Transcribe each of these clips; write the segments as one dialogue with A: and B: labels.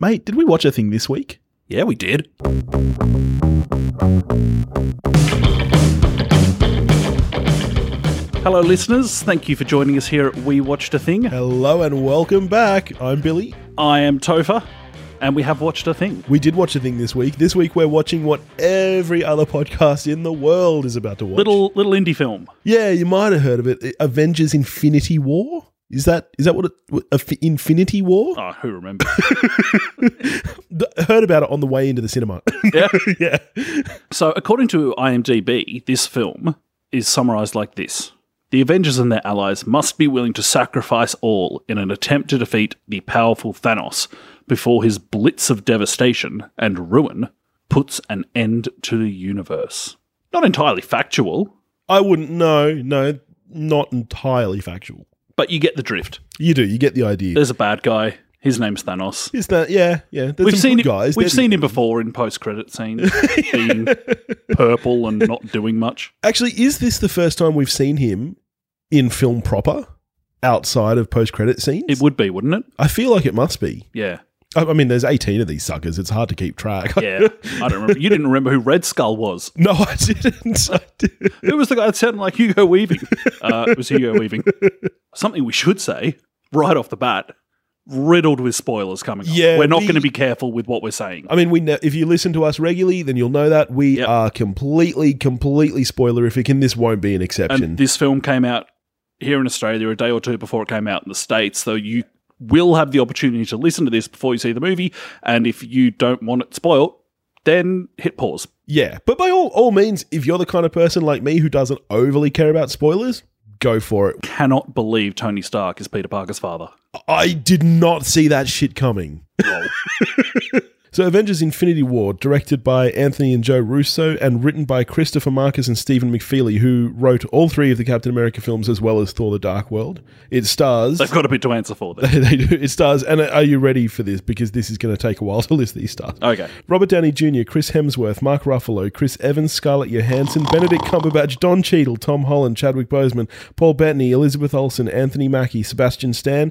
A: Mate, did we watch a thing this week?
B: Yeah, we did. Hello, listeners. Thank you for joining us here at We Watched a Thing.
A: Hello and welcome back. I'm Billy.
B: I am Topher, and we have watched a thing.
A: We did watch a thing this week. This week we're watching what every other podcast in the world is about to watch.
B: Little little indie film.
A: Yeah, you might have heard of it. Avengers Infinity War? Is that is that what it what- a fi- Infinity War?
B: Oh, who remembers?
A: D- Heard about it on the way into the cinema.
B: yeah.
A: yeah.
B: So, according to IMDb, this film is summarized like this The Avengers and their allies must be willing to sacrifice all in an attempt to defeat the powerful Thanos before his blitz of devastation and ruin puts an end to the universe. Not entirely factual,
A: I wouldn't know. No, not entirely factual.
B: but you get the drift.
A: You do. You get the idea.
B: There's a bad guy. His name's Thanos.
A: Is that yeah, yeah. There's
B: We've
A: some
B: seen
A: good
B: him,
A: guys.
B: We've
A: They're-
B: seen him before in post-credit scenes, being purple and not doing much.
A: Actually, is this the first time we've seen him in film proper outside of post credit scenes?
B: It would be, wouldn't it?
A: I feel like it must be.
B: Yeah.
A: I, I mean, there's 18 of these suckers. It's hard to keep track.
B: Yeah, I don't remember. You didn't remember who Red Skull was.
A: no, I didn't. I did.
B: Who was the guy that sounded like Hugo Weaving? Uh, it was Hugo Weaving. Something we should say right off the bat, riddled with spoilers coming up.
A: Yeah,
B: we're not
A: we-
B: going to be careful with what we're saying.
A: I mean, we know, if you listen to us regularly, then you'll know that we
B: Yep.
A: are completely, completely spoilerific, and this won't be an exception.
B: And this film came out here in Australia a day or two before it came out in the States, so you will have the opportunity to listen to this before you see the movie. And if you don't want it spoiled, then hit pause.
A: yeah, but by all, all means, if you're the kind of person like me who doesn't overly care about spoilers, go for it.
B: Cannot believe Tony Stark is Peter Parker's father.
A: I did not see that shit coming.
B: Lol.
A: So, Avengers Infinity War, directed by Anthony and Joe Russo and written by Christopher Marcus and Stephen McFeely, who wrote all three of the Captain America films as well as Thor the Dark World. It stars.
B: They've got a bit to answer for there.
A: they do. It stars. And uh, are you ready for this? Because this is going to take a while to list these stars.
B: Okay.
A: Robert Downey Jr., Chris Hemsworth, Mark Ruffalo, Chris Evans, Scarlett Johansson, Benedict Cumberbatch, Don Cheadle, Tom Holland, Chadwick Boseman, Paul Bettany, Elizabeth Olsen, Anthony Mackie, Sebastian Stan.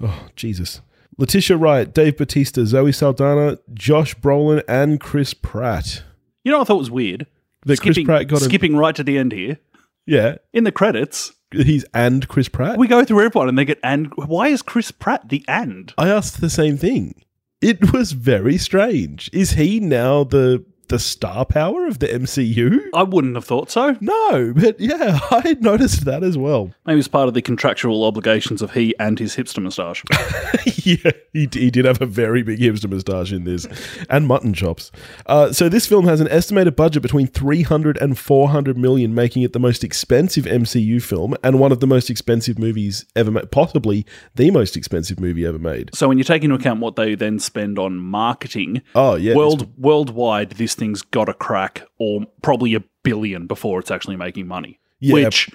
A: Oh, Jesus. Letitia Wright, Dave Batista, Zoe Saldana, Josh Brolin, and Chris Pratt.
B: You know, what I thought was weird.
A: That Chris Pratt got a.
B: skipping right to the end here
A: Yeah.
B: in the credits.
A: He's and Chris Pratt.
B: We go through everyone and they get and. Why is Chris Pratt the and?
A: I asked the same thing. It was very strange. Is he now the the star power of the MCU?
B: I wouldn't have thought so.
A: No, but yeah, I noticed that as well.
B: Maybe it's part of the contractual obligations of he and his hipster moustache.
A: yeah, he, d- he did have a very big hipster moustache in this, and mutton chops. Uh, so this film has an estimated budget between 300 and 400 million, making it the most expensive MCU film and one of the most expensive movies ever made, possibly the most expensive movie ever made.
B: so when you take into account what they then spend on marketing,
A: Oh yeah,
B: world worldwide, this thing's got a crack or probably a billion before it's actually making money,
A: Yeah.
B: which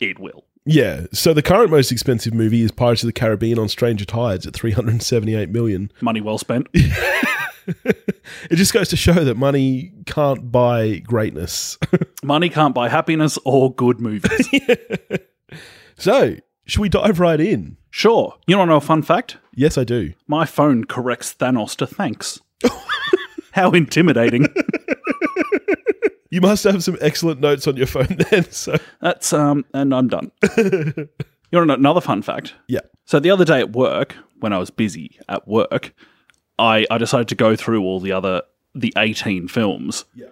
B: it will.
A: yeah. So the current most expensive movie is Pirates of the Caribbean on Stranger Tides at 378 million.
B: Money well spent.
A: It just goes to show that money can't buy greatness.
B: money can't buy happiness or good movies.
A: so should we dive right in?
B: sure. You want to know a fun fact?
A: Yes, I do.
B: My phone corrects Thanos to thanks. How intimidating.
A: You must have some excellent notes on your phone then. So
B: That's um and I'm done. you want to know another fun fact?
A: yeah,
B: So the other day at work, when I was busy at work, I, I decided to go through all the other the 18 films
A: Yeah.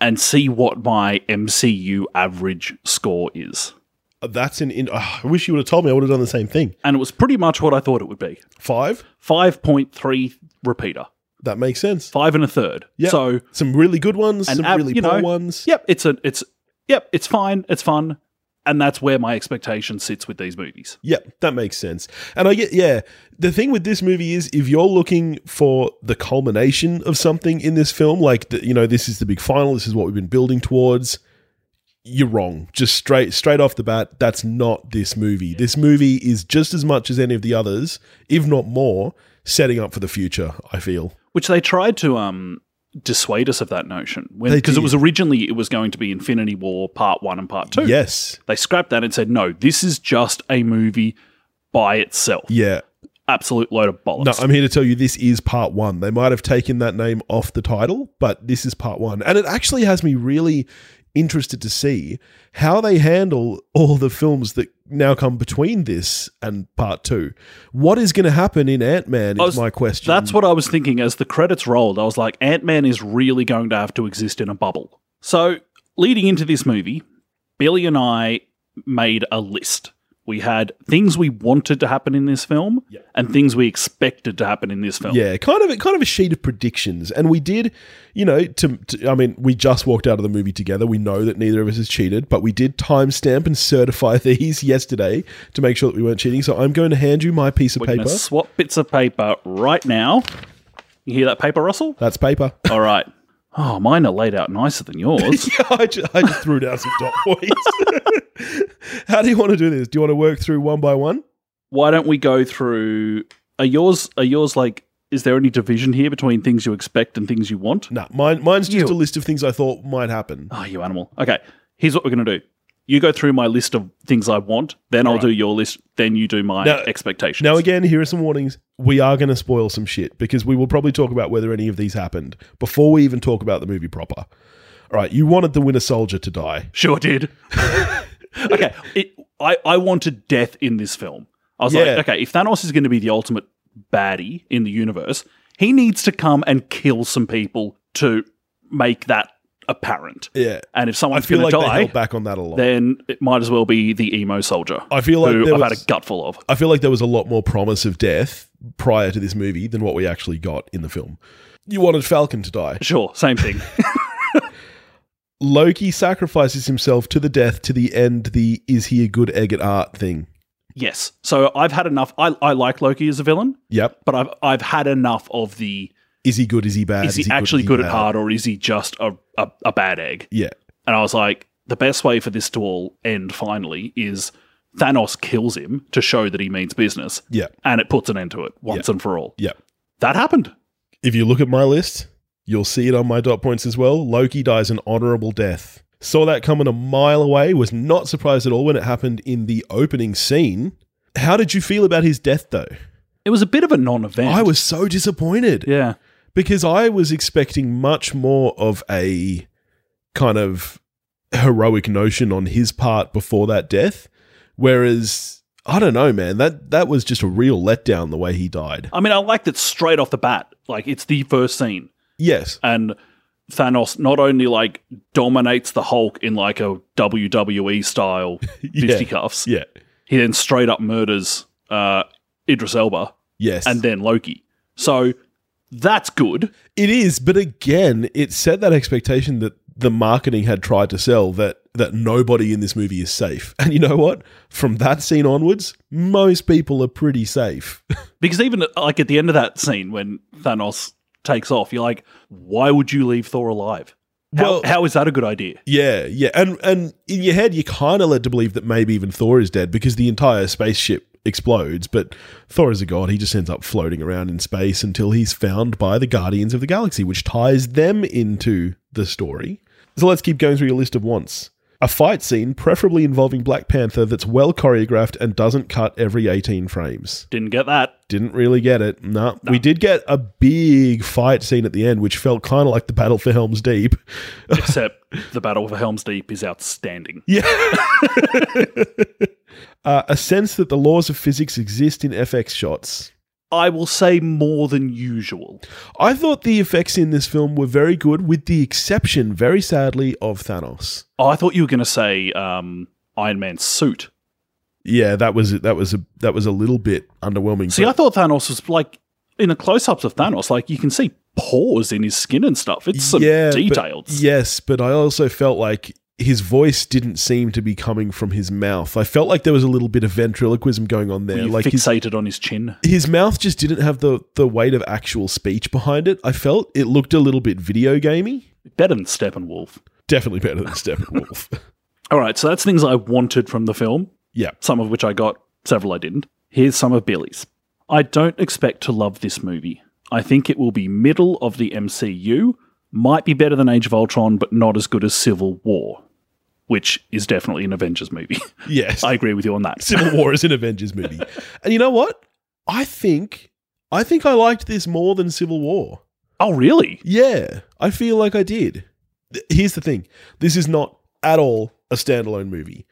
B: and see what my MCU average score is.
A: that's an. In- oh, I wish you would have told me. I would have done the same thing.
B: And it was pretty much what I thought it would be.
A: Five.
B: 5.3 repeater.
A: That makes sense.
B: Five and a third.
A: Yep.
B: So
A: Some really good ones. some
B: ab-
A: really
B: you
A: poor
B: know,
A: ones.
B: Yep, it's a it's yep, it's fine, it's fun. And that's where my expectation sits with these movies.
A: Yep, that makes sense. And I get, yeah, the thing with this movie is if you're looking for the culmination of something in this film, like, the, you know, this is the big final, this is what we've been building towards, you're wrong. Just straight straight off the bat, that's not this movie. This movie is just as much as any of the others, if not more, setting up for the future, I feel.
B: which they tried to um dissuade us of that notion
A: They
B: because it
A: did.
B: was originally it was going to be Infinity War Part One and Part Two.
A: Yes.
B: They scrapped that and said no, this is just a movie by itself.
A: Yeah.
B: absolute load of bollocks.
A: No, I'm here to tell you this is part one. They might have taken that name off the title, but this is part one. And it actually has me really interested to see how they handle all the films that now come between this and part two. What is going to happen in Ant Man is
B: I was-
A: my question.
B: That's what I was thinking as the credits rolled. I was like, Ant Man is really going to have to exist in a bubble. So, leading into this movie, Billy and I made a list. We had things we wanted to happen in this film
A: Yeah.
B: and things we expected to happen in this film.
A: Yeah, kind of, kind of a sheet of predictions, and we did, you know, to, to. I mean, we just walked out of the movie together. We know that neither of us has cheated, but we did timestamp and certify these yesterday to make sure that we weren't cheating. So I'm going to hand you my piece of
B: We're
A: paper.
B: going to swap bits of paper right now. You hear that paper, Russell?
A: That's paper.
B: All right. Oh, mine are laid out nicer than yours.
A: yeah, I ju- I just, threw down some dot points. How do you want to do this? Do you want to work through one by one?
B: Why don't we go through? Are yours? Are yours like? Is there any division here between things you expect and things you want?
A: Nah, mine, mine's just
B: You.
A: a list of things I thought might happen.
B: Oh, you animal. Okay. Here's what we're going to do. You go through my list of things I want, then I'll do your list, then you do my
A: Now-
B: expectations.
A: Now, again, here are some warnings. We are going to spoil some shit because we will probably talk about whether any of these happened before we even talk about the movie proper. All right, you wanted the Winter Soldier to die.
B: sure did. okay. It, I, I wanted death in this film. I was
A: Yeah.
B: like, okay, if Thanos is going to be the ultimate baddie in the universe, he needs to come and kill some people to make that apparent.
A: Yeah.
B: And if
A: I
B: someone's
A: feel
B: going
A: like they
B: to die,
A: held back on that a lot.
B: then it might as well be the emo soldier
A: I feel like
B: who
A: there
B: I've had
A: was-
B: a gutful of.
A: I feel like there was a lot more promise of death prior to this movie than what we actually got in the film. You wanted Falcon to die.
B: Sure, same thing.
A: Loki sacrifices himself to the death to the end the is he a good egg at art thing.
B: Yes. So I've had enough. I, I like Loki as a villain,
A: Yep.
B: but I've I've had enough of the
A: Is he good? Is he bad?
B: is he actually good,
A: bad?
B: at heart or is he just a, a, a bad egg?
A: Yeah.
B: And I was like, the best way for this to all end finally is Thanos kills him to show that he means business
A: Yeah.
B: and it puts an end to it once and for all.
A: Yeah.
B: That happened.
A: If you look at my list, you'll see it on my dot points as well. Loki dies an honorable death. Saw that coming a mile away, was not surprised at all when it happened in the opening scene. How did you feel about his death though?
B: It was a bit of a non event.
A: I was so disappointed.
B: Yeah.
A: because I was expecting much more of a kind of heroic notion on his part before that death, whereas I don't know, man that that was just a real letdown the way he died.
B: I mean, I like that straight off the bat. Like, it's the first scene.
A: Yes,
B: and Thanos not only like dominates the Hulk in like a WWE style
A: Yeah.
B: fisticuffs,
A: yeah,
B: he then straight up murders uh, Idris Elba
A: yes,
B: and uh, then Loki. So that's good.
A: it is. But again, it set that expectation that the marketing had tried to sell that that nobody in this movie is safe. And you know what? From that scene onwards, most people are pretty safe.
B: Because even like at the end of that scene when Thanos takes off, you're like, why would you leave Thor alive? How,
A: Well-
B: how is that a good idea?
A: Yeah, yeah, and and in your head, you're kind of led to believe that maybe even Thor is dead because the entire spaceship explodes. But Thor is a god; he just ends up floating around in space until he's found by the Guardians of the Galaxy, which ties them into the story. So let's keep going through your list of wants. A fight scene, preferably involving Black Panther, that's well choreographed and doesn't cut every 18 frames.
B: Didn't get that.
A: Didn't really get it. No, we did get a big fight scene at the end, which felt kind of like the battle for Helm's Deep.
B: Except the Battle for Helm's Deep is outstanding.
A: Yeah. uh, a sense that the laws of physics exist in FX shots.
B: I will say more than usual.
A: I thought the effects in this film were very good, with the exception, very sadly, of Thanos.
B: Oh, I thought you were going to say um, Iron Man's suit.
A: Yeah, that was that was a that was a little bit underwhelming.
B: See,
A: but-
B: I thought Thanos was like in the close-ups of Thanos, like you can see pores in his skin and stuff. It's some
A: Yeah, but-
B: detailed.
A: yes, but I also felt like his voice didn't seem to be coming from his mouth. I felt like there was a little bit of ventriloquism going on there.
B: You
A: Like his,
B: fixated on his chin.
A: his mouth just didn't have the the weight of actual speech behind it. I felt it looked a little bit video gamey.
B: Better than Steppenwolf.
A: Definitely better than Steppenwolf.
B: All right, so that's things I wanted from the film.
A: Yeah.
B: Some of which I got, several I didn't. Here's some of Billy's. I don't expect to love this movie. I think it will be middle of the MCU, might be better than Age of Ultron, but not as good as Civil War, which is definitely an Avengers movie.
A: Yes.
B: I agree with you on that.
A: Civil War is an Avengers movie. And you know what? I think I think I liked this more than Civil War.
B: Oh, really?
A: Yeah, I feel like I did. Th- Here's the thing. This is not at all a standalone movie.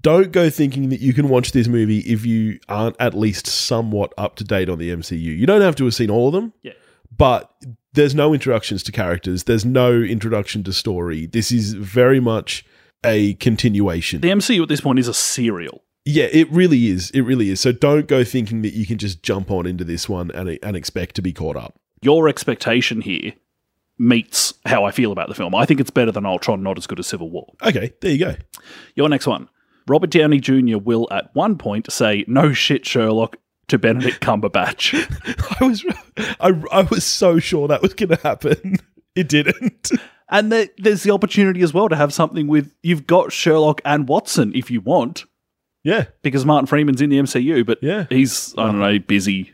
A: Don't go thinking that you can watch this movie if you aren't at least somewhat up to date on the MCU. You don't have to have seen all of them.
B: Yeah.
A: But there's no introductions to characters. There's no introduction to story. This is very much a continuation.
B: The MCU at this point is a serial.
A: Yeah, it really is. It really is. So don't go thinking that you can just jump on into this one and, and expect to be caught up.
B: Your expectation here meets how I feel about the film. I think it's better than Ultron, not as good as Civil War.
A: Okay, there you go.
B: Your next one. Robert Downey Jr. will at one point say, No shit, Sherlock, to Benedict Cumberbatch.
A: I was I, I was so sure that was going to happen. It didn't.
B: and there, there's the opportunity as well to have something with you've got Sherlock and Watson if you want,
A: Yeah,
B: because Martin Freeman's in the MCU, but
A: yeah,
B: he's, I don't know, busy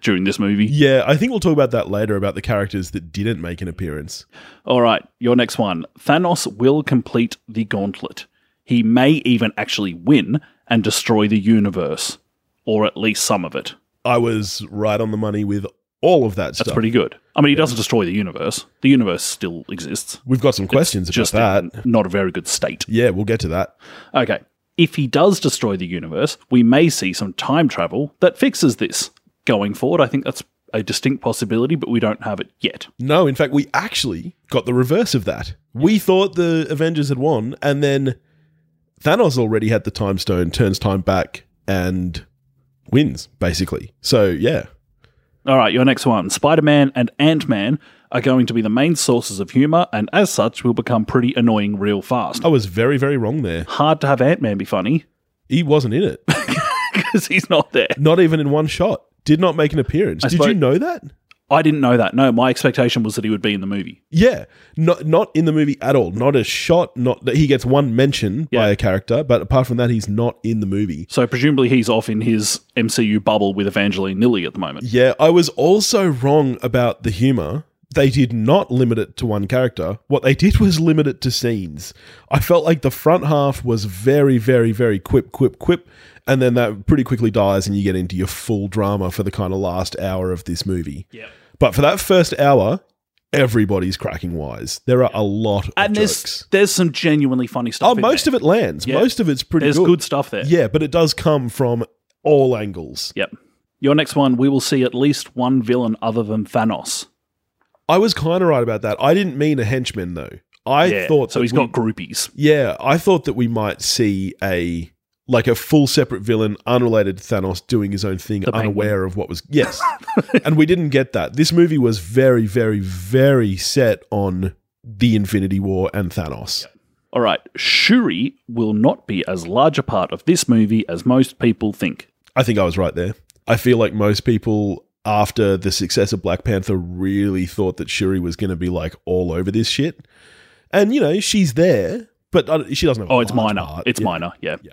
B: during this movie.
A: yeah. I think we'll talk about that later about the characters that didn't make an appearance.
B: All right, your next one. Thanos will complete the gauntlet. He may even actually win and destroy the universe, or at least some of it.
A: I was right on the money with all of that
B: That's
A: stuff.
B: pretty good. I mean, he doesn't destroy the universe. The universe still exists.
A: We've got some questions about
B: Just
A: that.
B: in not a very good state.
A: yeah, we'll get to that.
B: Okay. If he does destroy the universe, we may see some time travel that fixes this. Going forward, I think that's a distinct possibility, but we don't have it yet.
A: No, in fact, we actually got the reverse of that. We thought the Avengers had won, and then Thanos already had the time stone, turns time back, and wins, basically. So, yeah.
B: All right, your next one. Spider Man and Ant Man are going to be the main sources of humor, and as such, will become pretty annoying real fast.
A: I was very, very wrong there.
B: Hard to have Ant Man be funny
A: He wasn't in it,
B: because he's not there.
A: not even in one shot. Did not make an appearance. Did you
B: suppose-
A: know that?
B: I didn't know that. No, my expectation was that he would be in the movie.
A: Yeah, not not in the movie at all. Not a shot. Not that he gets one mention by
B: Yeah.
A: a character, but apart from that, he's not in the movie.
B: So presumably he's off in his MCU bubble with Evangeline Lilly at the moment.
A: Yeah, I was also wrong about the humor. They did not limit it to one character. What they did was limit it to scenes. I felt like the front half was very, very, very quip, quip, quip, and then that pretty quickly dies, and you get into your full drama for the kind of last hour of this movie.
B: Yeah.
A: But for that first hour, everybody's cracking wise. There are a lot of
B: And
A: jokes.
B: there's there's some genuinely funny stuff.
A: Oh,
B: in
A: most
B: there.
A: of it lands.
B: Yeah.
A: Most of it's pretty
B: there's
A: good.
B: good. stuff there.
A: Yeah, but it does come from all angles.
B: Yep. Your next one, we will see at least one villain other than Thanos.
A: I was kind of right about that. I didn't mean a henchman though. I
B: Yeah,
A: thought
B: so.
A: that
B: He's
A: we-
B: got groupies.
A: yeah. I thought that we might see a like a full separate villain unrelated to Thanos doing his own thing,
B: Penguin.
A: unaware of what was yes. and we didn't get that. This movie was very, very, very set on the Infinity War and Thanos.
B: All right, Shuri will not be as large a part of this movie as most people think.
A: I think I was right there. I feel like most people after the success of Black Panther really thought that Shuri was going to be like all over this shit. And you know, she's there, but I don't- she doesn't have a
B: Oh, it's
A: large
B: minor.
A: part.
B: It's
A: Yeah.
B: minor, yeah.
A: Yeah.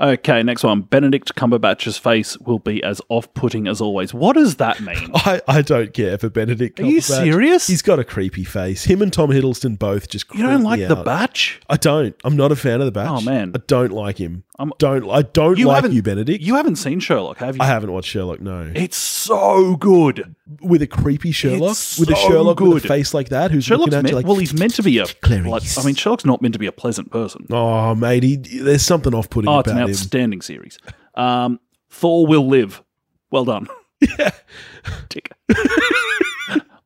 B: Okay, next one. Benedict Cumberbatch's face will be as off putting as always. What does that mean?
A: I, I don't care for Benedict.
B: Are you
A: Oh, Cumberbatch.
B: serious?
A: He's got a creepy face. Him and Tom Hiddleston both just.
B: you don't
A: creep
B: like
A: me
B: the
A: out.
B: batch?
A: I don't. I'm not a fan of the batch.
B: Oh, man.
A: I don't like him.
B: I'm-
A: don't. I don't
B: You
A: like
B: haven't-
A: you, Benedict.
B: You haven't seen Sherlock, have you?
A: I haven't watched Sherlock. No,
B: It's so good.
A: with a creepy Sherlock,
B: It's
A: with a
B: so
A: Sherlock with
B: good.
A: a face like that, who's
B: Sherlock's
A: looking at
B: meant,
A: you like,
B: well, he's meant to be a. Like,
A: Clarice.
B: I mean, Sherlock's not meant to be a pleasant person.
A: Oh, mate, he, there's something off-putting
B: Oh, it's
A: about
B: an
A: him.
B: outstanding series. Um, Thor will live. Well done. Yeah. Tick.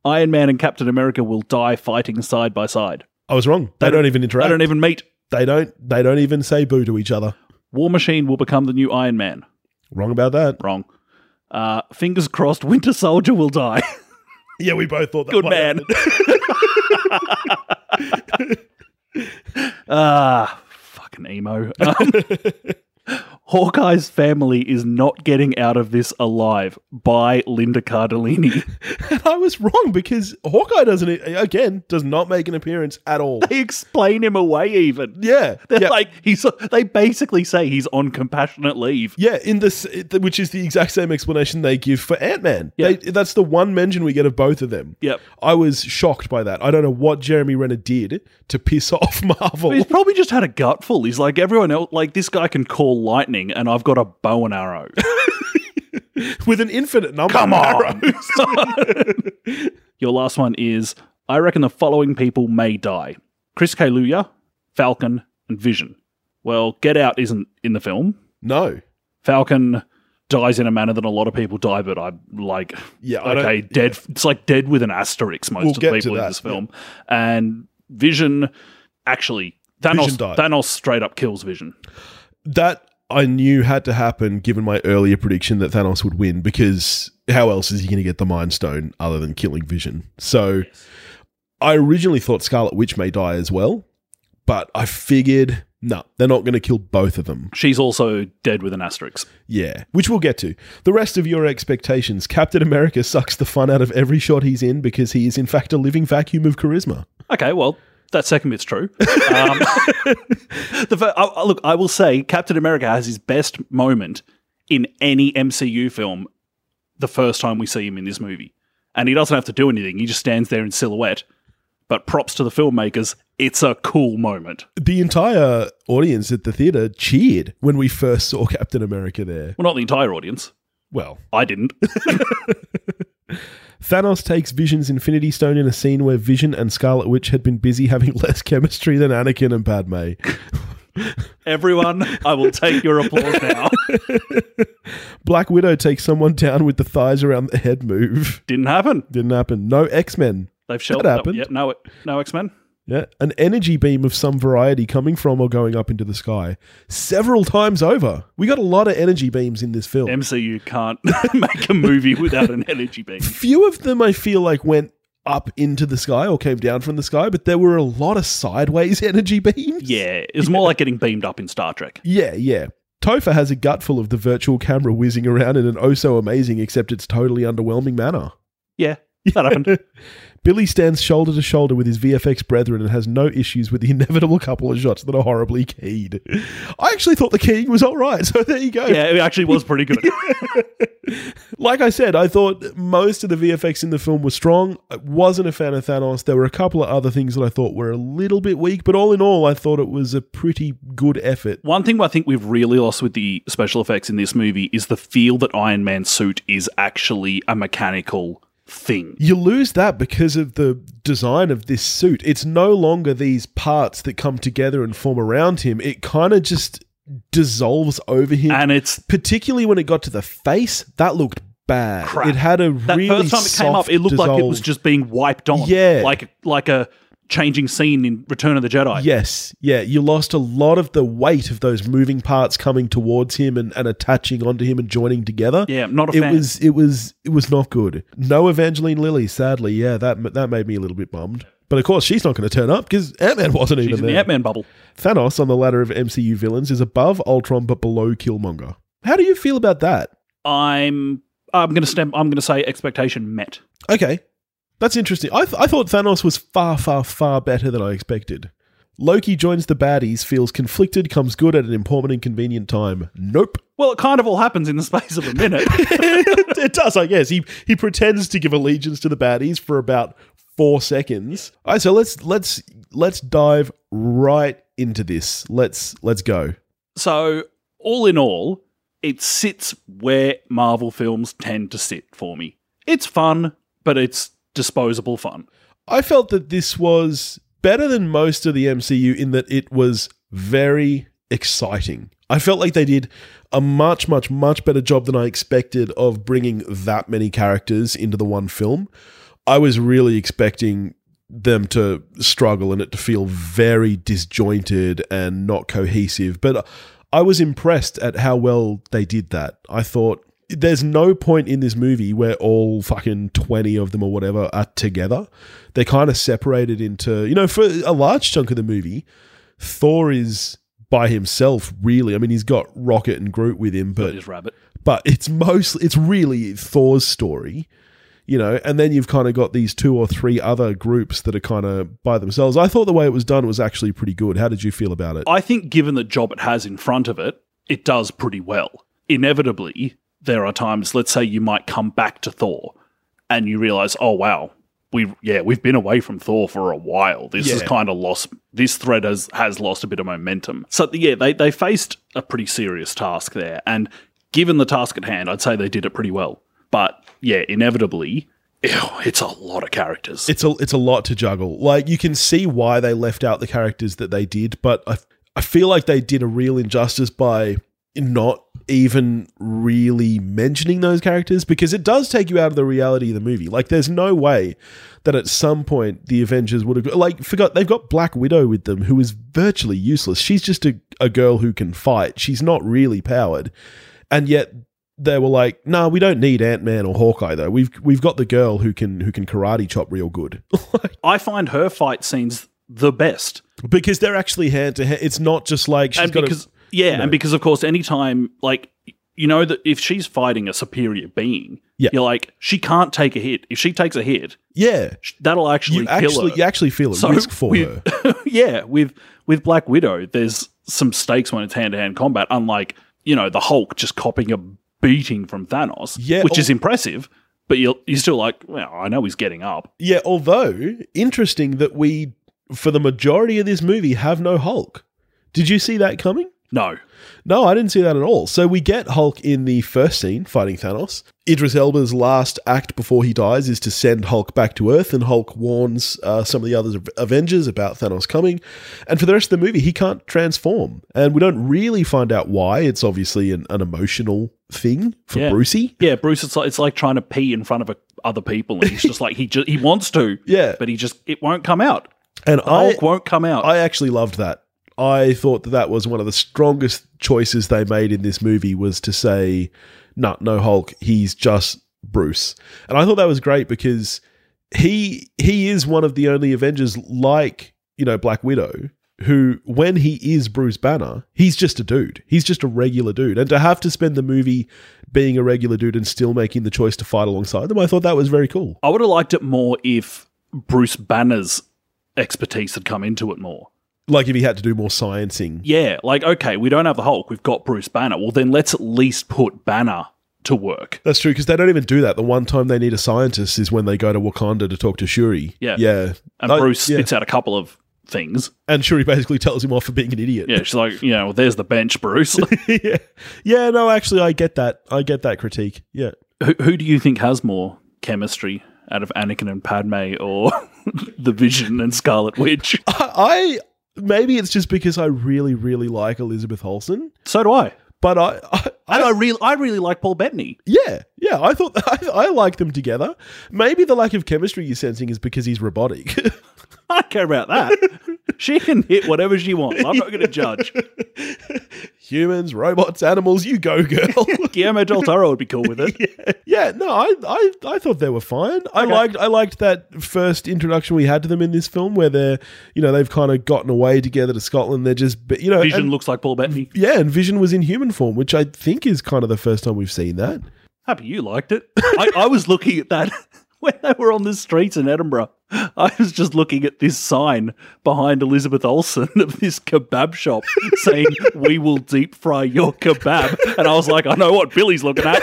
B: Iron Man and Captain America will die fighting side by side.
A: I was wrong. They,
B: They
A: don't,
B: don't-
A: even
B: They
A: interact.
B: don't e- even meet.
A: they don't. They don't even say boo to each other.
B: War Machine will become the new Iron Man.
A: Wrong about that.
B: Wrong. Uh, fingers crossed, Winter Soldier will die.
A: Yeah, we both thought that.
B: Good
A: might
B: man.
A: happen.
B: Ah, fucking emo. Um, Hawkeye's family is not getting out of this alive by Linda Cardellini.
A: And I was wrong because Hawkeye doesn't e, again does not make an appearance at all.
B: They explain him away, even.
A: Yeah,
B: They're
A: yeah,
B: like he's. They basically say he's on compassionate leave.
A: yeah. In this, which is the exact same explanation they give for Ant Man.
B: Yeah.
A: That's the one mention we get of both of them.
B: Yep.
A: I was shocked by that. I don't know what Jeremy Renner did to piss off Marvel.
B: He's probably just had a gutful. He's like everyone else. Like this guy can call lightning, and I've got a bow and arrow.
A: with an infinite number.
B: Come
A: of
B: on.
A: arrows.
B: Your last one is I reckon the following people may die Chris Kaluuya, Falcon, and Vision. Well, Get Out isn't in the film.
A: no.
B: Falcon dies in a manner that a lot of people die, but I'm like,
A: Yeah. I don't-
B: okay, dead. It's like dead with an asterisk, most
A: We'll
B: of the
A: get to
B: people in
A: that,
B: this film. And Vision, actually, Thanos,
A: Vision died.
B: Thanos straight up kills Vision.
A: That I knew had to happen given my earlier prediction that Thanos would win because how else is he going to get the Mind Stone other than killing Vision? So I originally thought Scarlet Witch may die as well, but I figured, no, they're not going to kill both of them.
B: She's also dead with an asterisk.
A: Yeah, which we'll get to. The rest of your expectations Captain America sucks the fun out of every shot he's in because he is, in fact, a living vacuum of charisma.
B: Okay, well, that second bit's true. Um, the fir- I- I- look, I will say Captain America has his best moment in any MCU film the first time we see him in this movie. And he doesn't have to do anything, he just stands there in silhouette. But props to the filmmakers, it's a cool moment.
A: The entire audience at the theater cheered when we first saw Captain America there.
B: Well, not the entire audience.
A: Well,
B: I didn't.
A: Thanos takes Vision's Infinity Stone in a scene where Vision and Scarlet Witch had been busy having less chemistry than Anakin and Padme.
B: Everyone, I will take your applause now.
A: Black Widow takes someone down with the thighs around the head move.
B: Didn't happen.
A: Didn't happen. No X Men.
B: They've shelved
A: That
B: it.
A: happened.
B: Yeah, no, no X Men.
A: Yeah, an energy beam of some variety coming from or going up into the sky several times over. We got a lot of energy beams in this film.
B: MCU can't make a movie without an energy beam.
A: Few of them I feel like went up into the sky or came down from the sky, but there were a lot of sideways energy beams.
B: Yeah, it's more like getting beamed up in Star Trek.
A: Yeah, yeah. Topher has a gutful of the virtual camera whizzing around in an oh so amazing, except it's totally underwhelming manner.
B: Yeah, that happened.
A: Billy stands shoulder to shoulder with his VFX brethren and has no issues with the inevitable couple of shots that are horribly keyed. I actually thought the keying was all right, so there you go.
B: Yeah, it actually was pretty good.
A: Like I said, I thought most of the VFX in the film were strong. I wasn't a fan of Thanos. There were a couple of other things that I thought were a little bit weak, but all in all, I thought it was a pretty good effort.
B: One thing I think we've really lost with the special effects in this movie is the feel that Iron Man's suit is actually a mechanical thing.
A: you lose that because of the design of this suit. It's no longer these parts that come together and form around him. It kind of just dissolves over him.
B: And it's
A: Particularly when it got to the face, that looked bad.
B: Crap.
A: It had a
B: that
A: really
B: first time it came up,
A: soft
B: it looked like it was
A: dissolve.
B: just being wiped on.
A: Yeah.
B: like like a changing scene in Return of the Jedi.
A: Yes, yeah, you lost a lot of the weight of those moving parts coming towards him and, and attaching onto him and joining together.
B: Yeah, I'm not a
A: it
B: fan.
A: was it was it was not good. No Evangeline Lilly, sadly. Yeah, that that made me a little bit bummed. But of course, she's not going to turn up because Ant Man wasn't
B: She's
A: even
B: in
A: there.
B: the Ant Man bubble.
A: Thanos on the ladder of MCU villains is above Ultron but below Killmonger. How do you feel about that?
B: I'm I'm gonna stem, I'm gonna say expectation met.
A: Okay, that's interesting. I, th- I thought Thanos was far, far, far better than I expected. Loki joins the baddies, feels conflicted, comes good at an important and convenient time. Nope.
B: Well, it kind of all happens in the space of a minute.
A: it, it does, I guess. He he pretends to give allegiance to the baddies for about four seconds. All right, so let's let's let's dive right into this. Let's let's go.
B: So, all in all, it sits where Marvel films tend to sit for me. It's fun, but it's disposable fun.
A: I felt that this was better than most of the MCU in that it was very exciting. I felt like they did a much, much, much better job than I expected of bringing that many characters into the one film. I was really expecting them to struggle and it to feel very disjointed and not cohesive. But I was impressed at how well they did that. I thought there's no point in this movie where all fucking 20 of them or whatever are together. They're kind of separated into, you know, for a large chunk of the movie, Thor is by himself, really. I mean, he's got Rocket and Groot with him, but
B: Is Rabbit.
A: but it's mostly it's really Thor's story, you know. And then you've kind of got these two or three other groups that are kind of by themselves. I thought the way it was done was actually pretty good. How did you feel about it?
B: I think, given the job it has in front of it, it does pretty well. Inevitably, there are times, let's say you might come back to Thor and you realize, oh, wow. We've, yeah, we've been away from Thor for a while. This has
A: Yeah.
B: kind of lost. This thread has has lost a bit of momentum. So yeah, they they faced a pretty serious task there, and given the task at hand, I'd say they did it pretty well. But yeah, inevitably, ew, it's a lot of characters.
A: It's a it's a lot to juggle. Like you can see why they left out the characters that they did, but I I feel like they did a real injustice by not even really mentioning those characters because it does take you out of the reality of the movie. Like there's no way that at some point the Avengers would have like forgot they've got Black Widow with them who is virtually useless. She's just a, a girl who can fight. She's not really powered. And yet they were like, "Nah, we don't need Ant Man or Hawkeye though. We've we've got the girl who can who can karate chop real good." Like,
B: I find her fight scenes the best.
A: because they're actually hand to hand. It's not just like she's
B: and
A: got a-
B: because yeah,
A: know.
B: and because of course, anytime like you know that if she's fighting a superior being,
A: Yeah.
B: you're like she can't take a hit. If she takes a hit,
A: yeah.
B: sh- that'll actually
A: You
B: kill
A: actually
B: her.
A: you actually feel at risk for her.
B: with, yeah, with with Black Widow, there's some stakes when it's hand to hand combat. Unlike you know the Hulk just copying a beating from Thanos,
A: Yeah, oh.
B: which
A: al-
B: is impressive. But you're you're still like, well, I know he's getting up.
A: Yeah, although interesting that we, for the majority of this movie, have no Hulk. Did you see that coming?
B: No,
A: No, I didn't see that at all. So we get Hulk in the first scene fighting Thanos. Idris Elba's last act before he dies is to send Hulk back to Earth, and Hulk warns uh, some of the other Avengers about Thanos coming. And for the rest of the movie, he can't transform. And we don't really find out why. It's obviously an, an emotional thing for
B: Yeah.
A: Brucey.
B: yeah, Bruce, it's like it's like trying to pee in front of a, other people, and he's just like he just he wants to,
A: Yeah.
B: but he just it won't come out.
A: And
B: The
A: I,
B: Hulk won't come out.
A: I actually loved that. I thought that that was one of the strongest choices they made in this movie was to say, "No, no Hulk. He's just Bruce." And I thought that was great because he he is one of the only Avengers like you know Black Widow who, when he is Bruce Banner, he's just a dude. He's just a regular dude. And to have to spend the movie being a regular dude and still making the choice to fight alongside them, I thought that was very cool.
B: I would have liked it more if Bruce Banner's expertise had come into it more.
A: Like if he had to do more sciencing.
B: Yeah, like okay, we don't have the Hulk, we've got Bruce Banner. Well, then let's at least put Banner to work.
A: That's true because they don't even do that. The one time they need a scientist is when they go to Wakanda to talk to Shuri.
B: Yeah.
A: yeah.
B: And
A: Oh,
B: Bruce
A: yeah.
B: spits out a couple of things.
A: And Shuri basically tells him off for being an idiot.
B: Yeah, she's like, you know, well, there's the bench, Bruce.
A: yeah, yeah. No, actually, I get that. I get that critique. Yeah,
B: who, who do you think has more chemistry out of Anakin and Padme, or the Vision and Scarlet Witch?
A: I, I maybe it's just because I really, really like Elizabeth Holson,
B: So do I.
A: but I, I, I
B: And I really, I really like Paul Bettany.
A: yeah, yeah. I thought I, I like them together. Maybe the lack of chemistry you're sensing is because he's robotic.
B: I don't care about that. she can hit whatever she wants. I'm not going to judge.
A: Humans, robots, animals. You go, girl.
B: Guillermo del Toro would be cool with it.
A: Yeah, no, I, I, I thought they were fine. I liked I liked that first introduction we had to them in this film where they're you know they've kind of gotten away together to Scotland. They're just but, you know
B: Vision
A: and-
B: looks like Paul Bettany.
A: yeah, and Vision was in human form, which I think is kind of the first time we've seen that.
B: Happy you liked it. I, I was looking at that when they were on the streets in Edinburgh. I was just looking at this sign behind Elizabeth Olsen of this kebab shop saying, We will deep fry your kebab. And I was like, I know what Billy's looking at.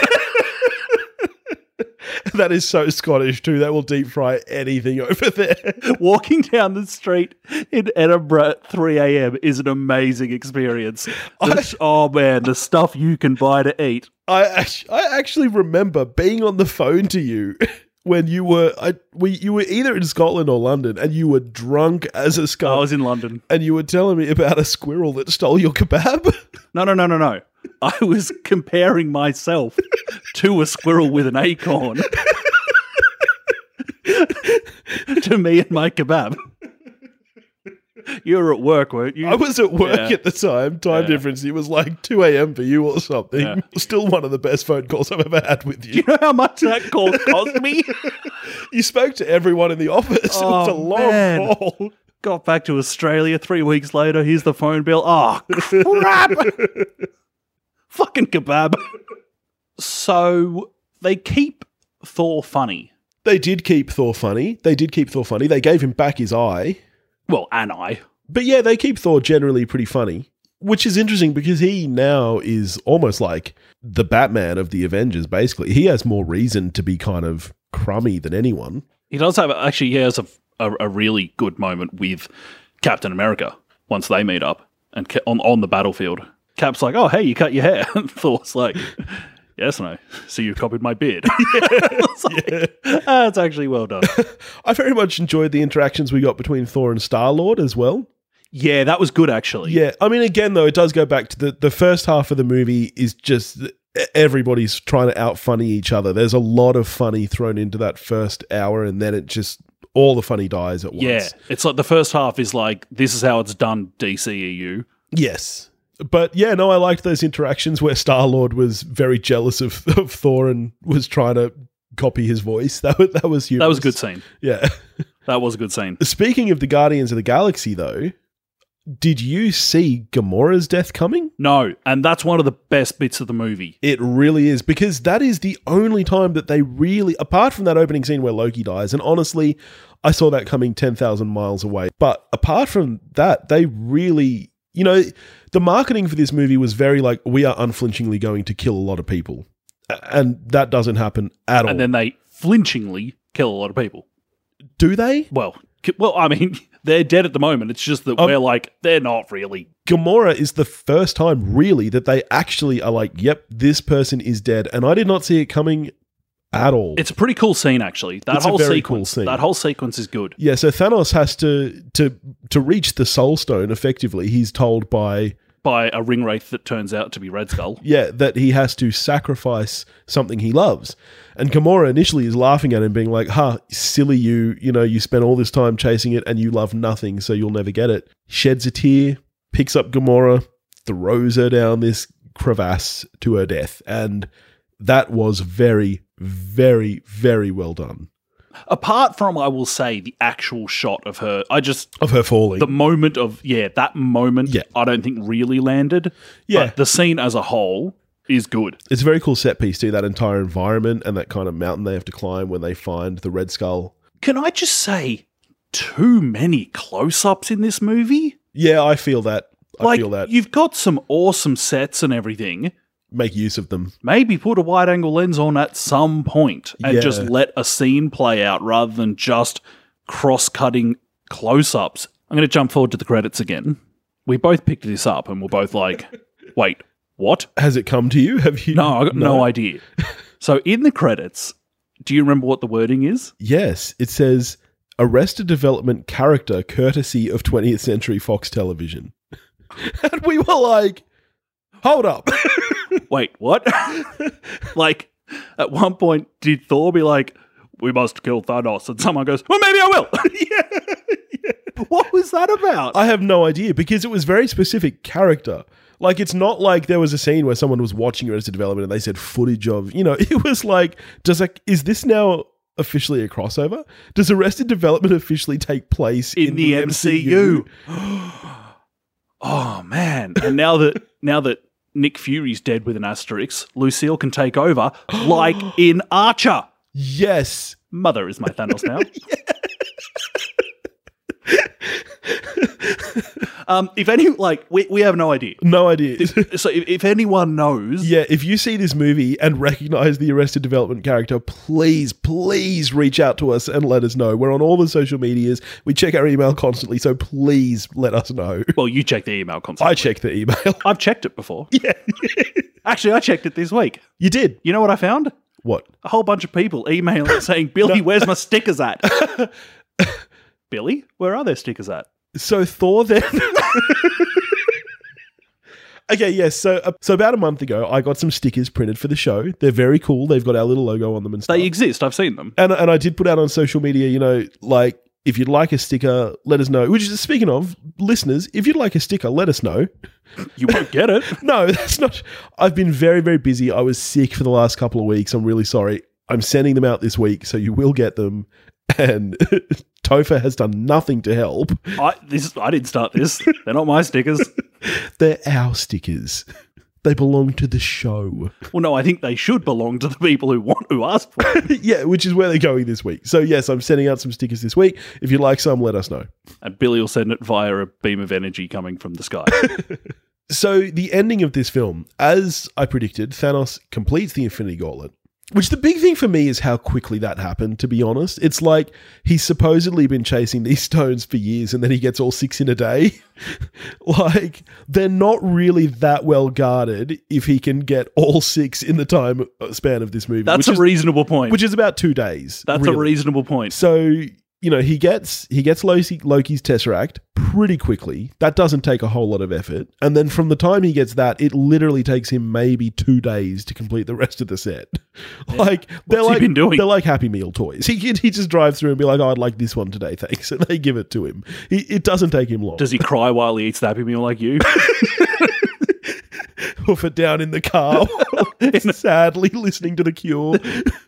A: that is so Scottish too. That will deep fry anything over there.
B: Walking down the street in Edinburgh at 3 a.m. is an amazing experience. The- oh man, the stuff you can buy to eat.
A: I act- I actually remember being on the phone to you when you were I we you were either in Scotland or London and you were drunk as a
B: I
A: skull.
B: was in London.
A: and you were telling me about a squirrel that stole your kebab.
B: No, no, no, no, no. I was comparing myself to a squirrel with an acorn. to me and my kebab. You were at work, weren't you?
A: I was at work
B: Yeah.
A: at the time. Time
B: Yeah.
A: difference. It was like 2 a.m. for you or something.
B: Yeah.
A: Still one of the best phone calls I've ever had with
B: you
A: you.
B: know how much that call cost me?
A: You spoke to everyone in the office. it was a
B: Oh,
A: long
B: man.
A: call.
B: Got back to Australia three weeks later. Here's the phone bill. Oh, crap! Fucking kebab. So they keep Thor funny.
A: They did keep Thor funny. They did keep Thor funny. They gave him back his eye.
B: Well, and I.
A: But yeah, they keep Thor generally pretty funny, which is interesting because he now is almost like the Batman of the Avengers, basically. He has more reason to be kind of crummy than anyone.
B: He does have actually. He has a, a, a really good moment with Captain America once they meet up and ca- on on the battlefield. Cap's like, "Oh, hey, you cut your hair." And Thor's like, "Yes, no. So you copied my beard." It's like, "Ah, it's actually well done.
A: I very much enjoyed the interactions we got between Thor and Star Lord as well.
B: yeah, that was good actually.
A: Yeah, I mean, again though, it does go back to the the first half of the movie is just e, everybody's trying to out funny each other. There's a lot of funny thrown into that first hour, and then it just all the funny dies at once.
B: Yeah, it's like the first half is like this is how it's done E DCEU.
A: Yes. But yeah, no, I liked those interactions where Star Lord was very jealous of, of Thor and was trying to copy his voice. That was that was humorous.
B: That was a good scene.
A: Yeah.
B: That was a good scene.
A: Speaking of the Guardians of the Galaxy, though, did you see Gamora's death coming?
B: No, and that's one of the best bits of the movie.
A: It really is because that is the only time that they really, apart from that opening scene where Loki dies, and honestly, I saw that coming 10,000 miles away. But apart from that, they really, you know, the marketing for this movie was very like, we are unflinchingly going to kill a lot of people. A- And that doesn't happen at all.
B: And then they flinchingly kill a lot of people.
A: Do they?
B: Well, ki- well, I mean, they're dead at the moment. It's just that
A: Um,
B: we're like they're not really.
A: Gamora is the first time, really, that they actually are like, yep, this person is dead. And I did not see it coming at all.
B: It's a pretty cool scene actually. That
A: It's a
B: whole
A: very cool
B: sequence.
A: scene.
B: That whole sequence is good.
A: Yeah, so Thanos has to to to reach the Soul Stone. Effectively, he's told by
B: by a ring wraith that turns out to be Red Skull.
A: yeah that he has to sacrifice something he loves. And Gamora initially is laughing at him, being like, "Ha, silly you! You know, you spent all this time chasing it, and you love nothing, so you'll never get it." Sheds a tear, picks up Gamora, throws her down this crevasse to her death, and that was very, very, very well done
B: Apart from, I will say, the actual shot of her, I just
A: of her falling.
B: the moment of yeah, that moment.
A: Yeah.
B: I don't think really landed.
A: Yeah.
B: but the scene as a whole is good.
A: it's a very cool set piece too. That entire environment and that kind of mountain they have to climb when they find the Red Skull.
B: Can I just say, too many close-ups in this movie?
A: Yeah, I feel that. I
B: like
A: feel that.
B: you've got some awesome sets and everything.
A: Make use of them.
B: Maybe put a wide angle lens on at some point and
A: Yeah.
B: just let a scene play out rather than just cross cutting close ups. I'm going to jump forward to the credits again. We both picked this up and we're both like, wait, what?
A: Has it come to you? Have you?
B: No, I got no, idea. So in the credits, do you remember what the wording is?
A: Yes, it says Arrested Development character courtesy of 20th Century Fox Television, and we were like, "Hold up,
B: Wait, what? like, at one point, did Thor be like, we must kill Thanos? And someone goes, well, maybe I will. What was that about?
A: I have no idea because it was very specific character." Like it's not like there was a scene where someone was watching Arrested Development and they said footage of you know it was like does like is this now officially a crossover? Does Arrested Development officially take place
B: in the MCU. oh man! And now that now that Nick Fury's dead with an asterisk, Lucille can take over, like in Archer.
A: Yes,
B: Mother is my Thanos now. um, if any, like we, we have no idea.
A: no idea.
B: So if, if anyone knows,
A: Yeah, if you see this movie and recognize the Arrested Development character, please, please reach out to us and let us know. We're on all the social medias. We check our email constantly, so please let us know.
B: well, you check the email constantly.
A: I check the email.
B: I've checked it before. Yeah. Actually, I checked it this week.
A: You did.
B: You know what I found?
A: What?
B: a whole bunch of people emailing saying, Billy, where's my stickers at? Billy, where are their stickers at?
A: So Thor then. okay, yes. so uh, so about a month ago, I got some stickers printed for the show. They're very cool. They've got our little logo on them and stuff.
B: They exist. I've seen them.
A: and and I did put out on social media, you know, like if you'd like a sticker, let us know. Which is speaking of listeners, if you'd like a sticker, let us know.
B: You won't get it.
A: No, that's not. I've been very very busy. I was sick for the last couple of weeks. I'm really sorry. I'm sending them out this week, so you will get them. And Topher has done nothing to help.
B: I this I didn't start this. They're not my stickers.
A: They're our stickers. They belong to the show.
B: Well, no, I think they should belong to the people who want who asked for them.
A: yeah, which is where they're going this week. So yes, I'm sending out some stickers this week. If you'd like some, let us know.
B: And Billy will send it via a beam of energy coming from the sky.
A: So the ending of this film, as I predicted, Thanos completes the Infinity Gauntlet. Which the big thing for me is how quickly that happened, to be honest. It's like he's supposedly been chasing these stones for years and then he gets all six in a day. like, they're not really that well guarded if he can get all six in the time span of this movie.
B: That's
A: which
B: a
A: is,
B: reasonable point.
A: which is about two days.
B: That's a
A: really.
B: reasonable point.
A: So, you know, he gets he gets Loki, Loki's Tesseract pretty quickly. That doesn't take a whole lot of effort. And then from the time he gets that, it literally takes him maybe two days to complete the rest of the set. Like they're
B: he
A: like
B: been doing?
A: they're like Happy Meal toys. He can- he just drives through and be like, oh, "I'd like this one today, thanks," and they give it to him. He, it doesn't take him long.
B: Does he cry while he eats the Happy Meal like you?
A: hoof it down in the car, sadly listening to the Cure.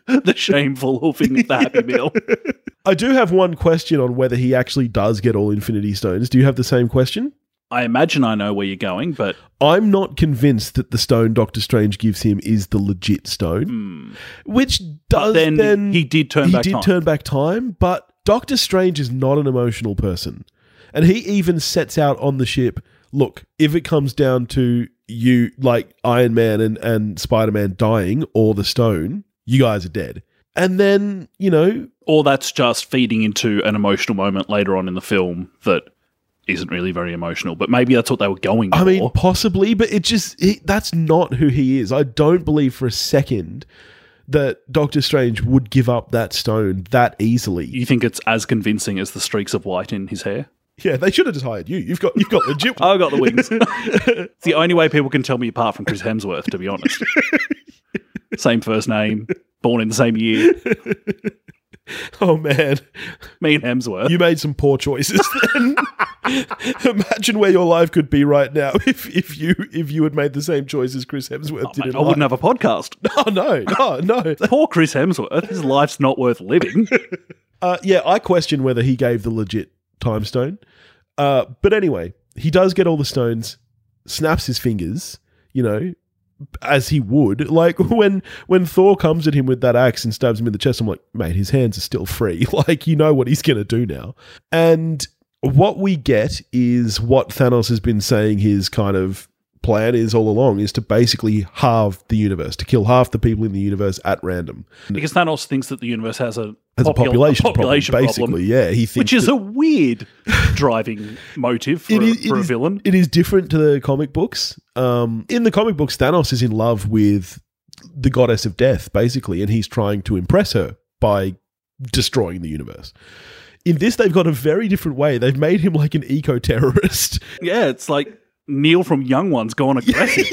B: the shameful hoofing of the Happy Meal.
A: I do have one question on whether he actually does get all Infinity Stones. Do you have the same question?
B: I imagine I know where you're going, but
A: I'm not convinced that the stone Doctor Strange gives him is the legit stone, which
B: Hmm. but
A: does
B: then,
A: then,
B: he did turn
A: he
B: back
A: did
B: time.
A: turn back time. But Doctor Strange is not an emotional person, and he even sets out on the ship. Look, if it comes down to you, like Iron Man and and Spider Man dying or the stone, you guys are dead. And then you know
B: or that's just feeding into an emotional moment later on in the film that isn't really very emotional, but maybe that's what they were going
A: I
B: for.
A: mean, possibly, but it just he, that's not who he is. I don't believe for a second that Doctor Strange would give up that stone that easily.
B: you think it's as convincing as the streaks of white in his hair?
A: Yeah, they should have just hired you. You've got you've got legit.
B: I got the wings. it's the only way people can tell me apart from Chris Hemsworth, to be honest. same first name, born in the same year,
A: oh man,
B: me and Hemsworth.
A: you made some poor choices. Then. Imagine where your life could be right now if if you if you had made the same choice as Chris Hemsworth did. in
B: I wouldn't
A: life.
B: have a podcast.
A: Oh no, no, no.
B: Poor Chris Hemsworth. His life's not worth living.
A: Uh, yeah, I question whether he gave the legit time stone. Uh, but anyway, he does get all the stones, snaps his fingers, you know, as he would. Like when when Thor comes at him with that axe and stabs him in the chest, I'm like, mate, his hands are still free. Like you know what he's gonna do now. And what we get is what Thanos has been saying his kind of plan is all along is to basically halve the universe, to kill half the people in the universe at random.
B: Because Thanos thinks that the universe has a,
A: As
B: popul-
A: a population,
B: population
A: problem,
B: problem,
A: basically, yeah. He thinks
B: which is a weird driving motive for,
A: It
B: a-
A: is- it
B: for a
A: is-
B: villain.
A: it is different to the comic books. Um, in the comic books, Thanos is in love with the goddess of death, basically, and he's trying to impress her by destroying the universe. In this, they've got a very different way. They've made him like an eco terrorist.
B: yeah, it's like Neil from Young Ones gone aggressive.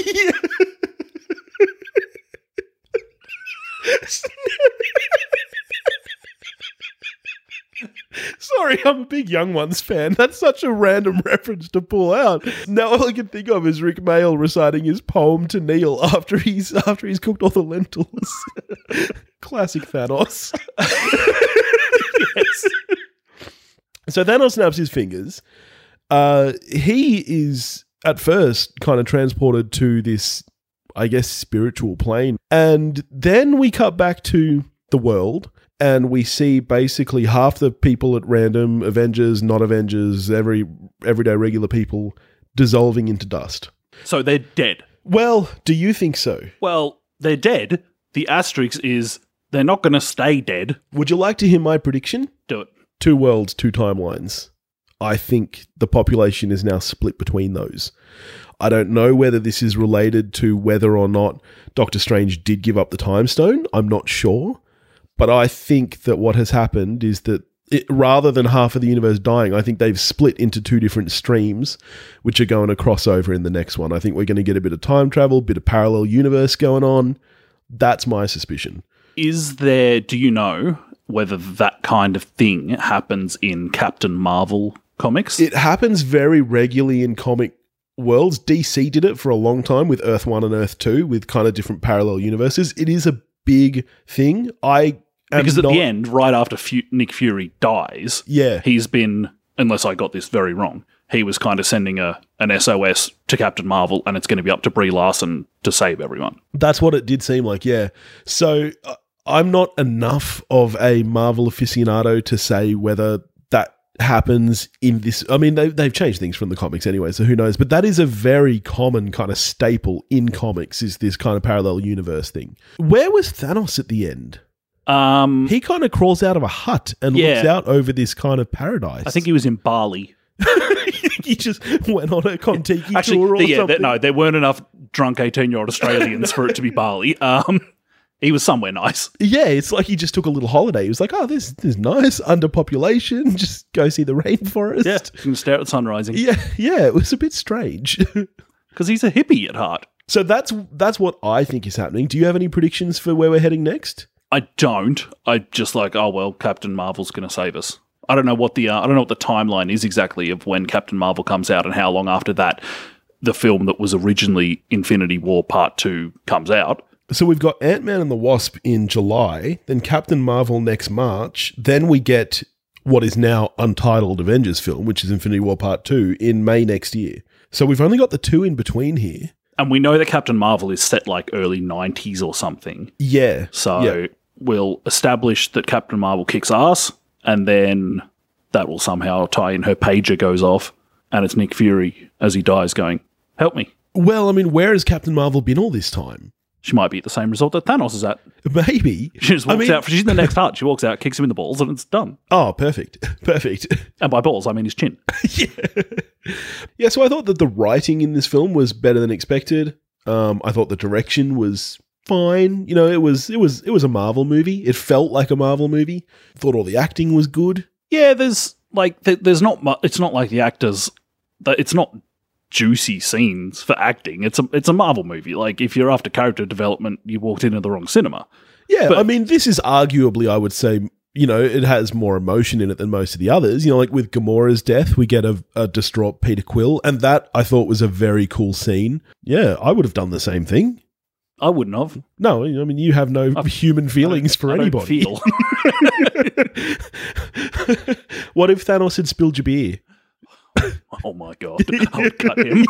A: Sorry, I'm a big Young Ones fan. That's such a random reference to pull out. Now all I can think of is Rick Mail reciting his poem to Neil after he's after he's cooked all the lentils. Classic Thanos. So Thanos snaps his fingers. Uh, he is at first kind of transported to this, I guess, spiritual plane. And then we cut back to the world and we see basically half the people at random, Avengers, not Avengers, every everyday regular people dissolving into dust.
B: so they're dead.
A: Well, do you think so?
B: Well, they're dead. The asterisk is they're not going to stay dead.
A: Would you like to hear my prediction?
B: Do it.
A: Two worlds, two timelines. I think the population is now split between those. I don't know whether this is related to whether or not Doctor Strange did give up the time stone. I'm not sure. But I think that what has happened is that it, rather than half of the universe dying, I think they've split into two different streams, which are going to cross over in the next one. I think we're going to get a bit of time travel, bit of parallel universe going on. That's my suspicion.
B: Is there, do you know whether that kind of thing happens in Captain Marvel comics?
A: It happens very regularly in comic worlds. DC did it for a long time with Earth 1 and Earth 2 with kind of different parallel universes. It is a big thing. I am
B: because at
A: not-
B: the end, right after Fu- Nick Fury dies,
A: Yeah.
B: he's been, unless I got this very wrong, he was kind of sending a an SOS to Captain Marvel, and it's going to be up to Brie Larson to save everyone.
A: That's what it did seem like, yeah. So uh, I'm not enough of a Marvel aficionado to say whether that happens in this. I mean, they, they've changed things from the comics anyway, so who knows? But that is a very common kind of staple in comics is this kind of parallel universe thing. Where was Thanos at the end?
B: Um,
A: He kind of crawls out of a hut and looks
B: Yeah.
A: out over this kind of paradise.
B: I think he was in Bali.
A: he just went on a Contiki tour or
B: Actually, the- yeah,
A: something.
B: there, no, there weren't enough drunk eighteen-year-old Australians for it to be Bali. Um, he was somewhere nice.
A: Yeah, it's like he just took a little holiday. He was like, "Oh, this, this is nice underpopulation. Just go see the rainforest."
B: Yeah, you can stare at the sun rising
A: yeah, yeah, It was a bit strange.
B: because he's a hippie at heart.
A: so that's that's what I think is happening. Do you have any predictions for where we're heading next?
B: I don't. I just like, oh well, Captain Marvel's going to save us. I don't know what the uh, I don't know what the timeline is exactly of when Captain Marvel comes out and how long after that the film that was originally Infinity War Part Two comes out.
A: So we've got Ant Man and the Wasp in July, then Captain Marvel next March, then we get what is now untitled Avengers film, which is Infinity War Part Two in May next year. So we've only got the two in between here.
B: And we know that Captain Marvel is set like early 90s or something.
A: Yeah.
B: So
A: Yeah.
B: we'll establish that Captain Marvel kicks ass, and then that will somehow tie in her pager goes off, and it's Nick Fury as he dies going, Help me.
A: Well, I mean, where has Captain Marvel been all this time?
B: She might be at the same result that Thanos is at.
A: Maybe.
B: She just
A: I
B: walks
A: mean-
B: out. She's in the next hut. She walks out, kicks him in the balls, and it's done.
A: Oh, perfect. Perfect.
B: And by balls, I mean his chin.
A: yeah. yeah, so I thought that the writing in this film was better than expected. Um, I thought the direction was fine. You know, it was it was it was a Marvel movie. It felt like a Marvel movie. Thought all the acting was good.
B: Yeah, there's like th- there's not much. It's not like the actors. th- It's not juicy scenes for acting. It's a it's a Marvel movie. Like if you're after character development, you walked into the wrong cinema.
A: Yeah,
B: But-
A: I mean, this is arguably, I would say, you know, it has more emotion in it than most of the others. You know, like with Gamora's death, we get a, a distraught Peter Quill, and that I thought was a very cool scene. Yeah, I would have done the same thing.
B: I wouldn't have.
A: No, I mean, you have no human feelings for
B: I don't
A: anybody.
B: feel.
A: what if Thanos had spilled your beer?
B: oh my god! I'll cut him.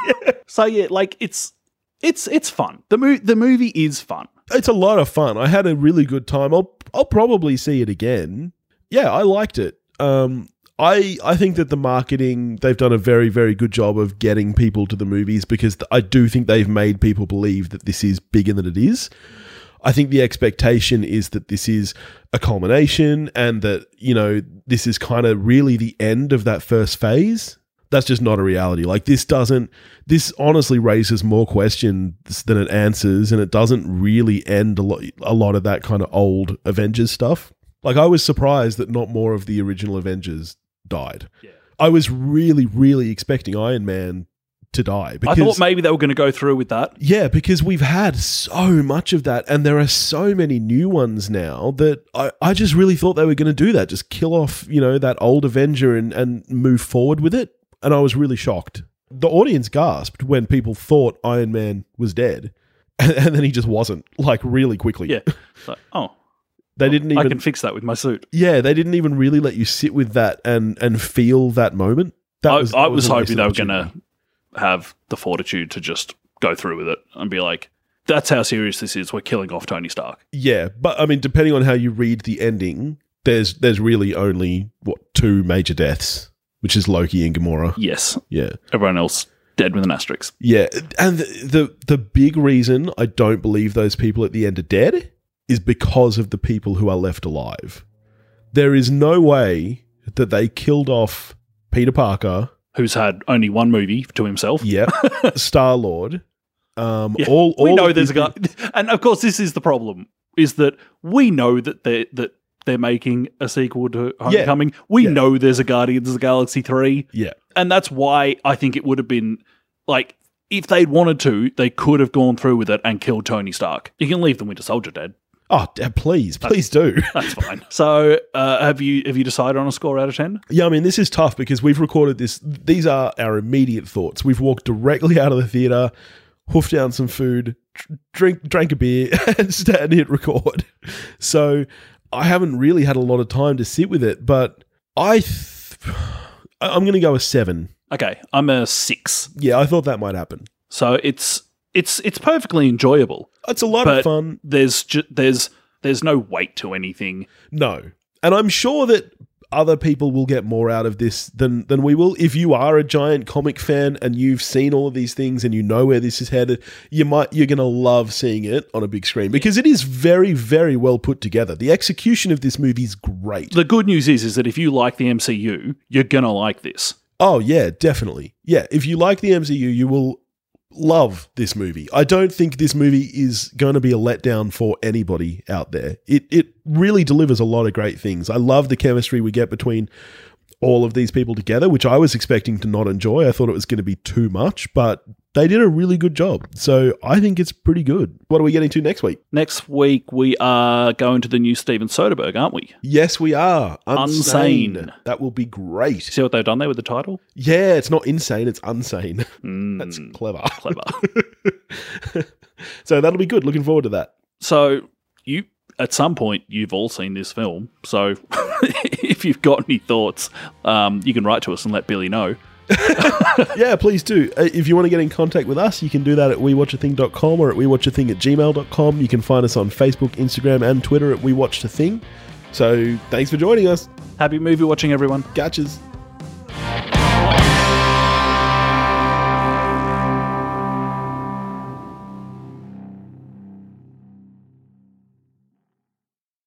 B: So yeah, like it's it's it's fun. The mo- the movie is fun.
A: It's a lot of fun. I had a really good time. I'll I'll probably see it again. Yeah, I liked it. Um I I think that the marketing they've done a very very good job of getting people to the movies because th- I do think they've made people believe that this is bigger than it is. I think the expectation is that this is a culmination and that, you know, this is kind of really the end of that first phase. That's just not a reality. Like, this doesn't, this honestly raises more questions than it answers, and it doesn't really end a lot, a lot of that kind of old Avengers stuff. Like, I was surprised that not more of the original Avengers died.
B: Yeah.
A: I was really, really expecting Iron Man to die. Because
B: I thought maybe they were going to go through with that.
A: yeah, because we've had so much of that, and there are so many new ones now that I, I just really thought they were going to do that, just kill off, you know, that old Avenger and, and move forward with it. And I was really shocked. The audience gasped when people thought Iron Man was dead, and, and then he just wasn't, like, really quickly.
B: Yeah. It's like, oh,
A: They didn't
B: I
A: even.
B: can fix that with my suit.
A: yeah, they didn't even really let you sit with that and and feel that moment. That
B: I was, I
A: that
B: was
A: a
B: hoping
A: wasted
B: they were going
A: opportunity.
B: to have the fortitude to just go through with it and be like, that's how serious this is. We're killing off Tony Stark.
A: Yeah, but I mean, depending on how you read the ending, there's there's really only what two major deaths, which is Loki and Gamora.
B: Yes.
A: Yeah,
B: Everyone else dead with an asterisk.
A: yeah, and the the, the big reason I don't believe those people at the end are dead is because of the people who are left alive. There is no way that they killed off Peter Parker,
B: Who's had only one movie to himself.
A: yeah, Star Lord, um,
B: Yeah,
A: all all
B: we know
A: of
B: there's a
A: these
B: guy. And of course, this is the problem is that we know that they're, that they're making a sequel to Homecoming. We
A: Yeah.
B: know there's a Guardians of the Galaxy 3.
A: Yeah.
B: And that's why I think it would have been like, if they'd wanted to, they could have gone through with it and killed Tony Stark. You can leave the Winter Soldier dead.
A: Oh, d- please,
B: Uh,
A: please do.
B: That's fine. So, uh, have you have you decided on a score out of ten?
A: Yeah, I mean, this is tough because we've recorded this. These are our immediate thoughts. We've walked directly out of the theater, hoofed down some food, dr- drink, drank a beer, and sat and hit record. So I haven't really had a lot of time to sit with it, but I, th- I- I'm going to go a seven.
B: Okay, I'm a six.
A: Yeah, I thought that might happen.
B: So it's it's it's perfectly enjoyable.
A: It's a lot of
B: But-
A: fun.
B: There's ju- there's there's no weight to anything.
A: No. And I'm sure that other people will get more out of this than than we will. If you are a giant comic fan and you've seen all of these things and you know where this is headed, you might you're going to love seeing it on a big screen because it is very very well put together. The execution of this movie is great.
B: The good news is, is that if you like the MCU, you're gonna like this.
A: Oh yeah, definitely. Yeah, if you like the MCU, you will love this movie. I don't think this movie is going to be a letdown for anybody out there. It it really delivers a lot of great things. I love the chemistry we get between all of these people together, which I was expecting to not enjoy. I thought it was going to be too much, but they did a really good job. So I think it's pretty good. What are we getting to next week?
B: Next week we are going to the new Steven Soderbergh, aren't we?
A: Yes, we are. Unsane.
B: Unsane.
A: That will be great.
B: See what they've done there with the title?
A: Yeah, it's not insane, it's unsane.
B: Mm,
A: That's clever.
B: clever.
A: so that'll be good. Looking forward to that.
B: so you, at some point, you've all seen this film. So if you've got any thoughts, um, you can write to us and let Billy know.
A: Yeah, please do. Uh, If you want to get in contact with us, you can do that at wewatchathing.com or at wewatchathing at gmail.com. You can find us on Facebook, Instagram, and Twitter at wewatchathing. So thanks for joining us.
B: Happy movie watching, everyone.
A: Gotchas.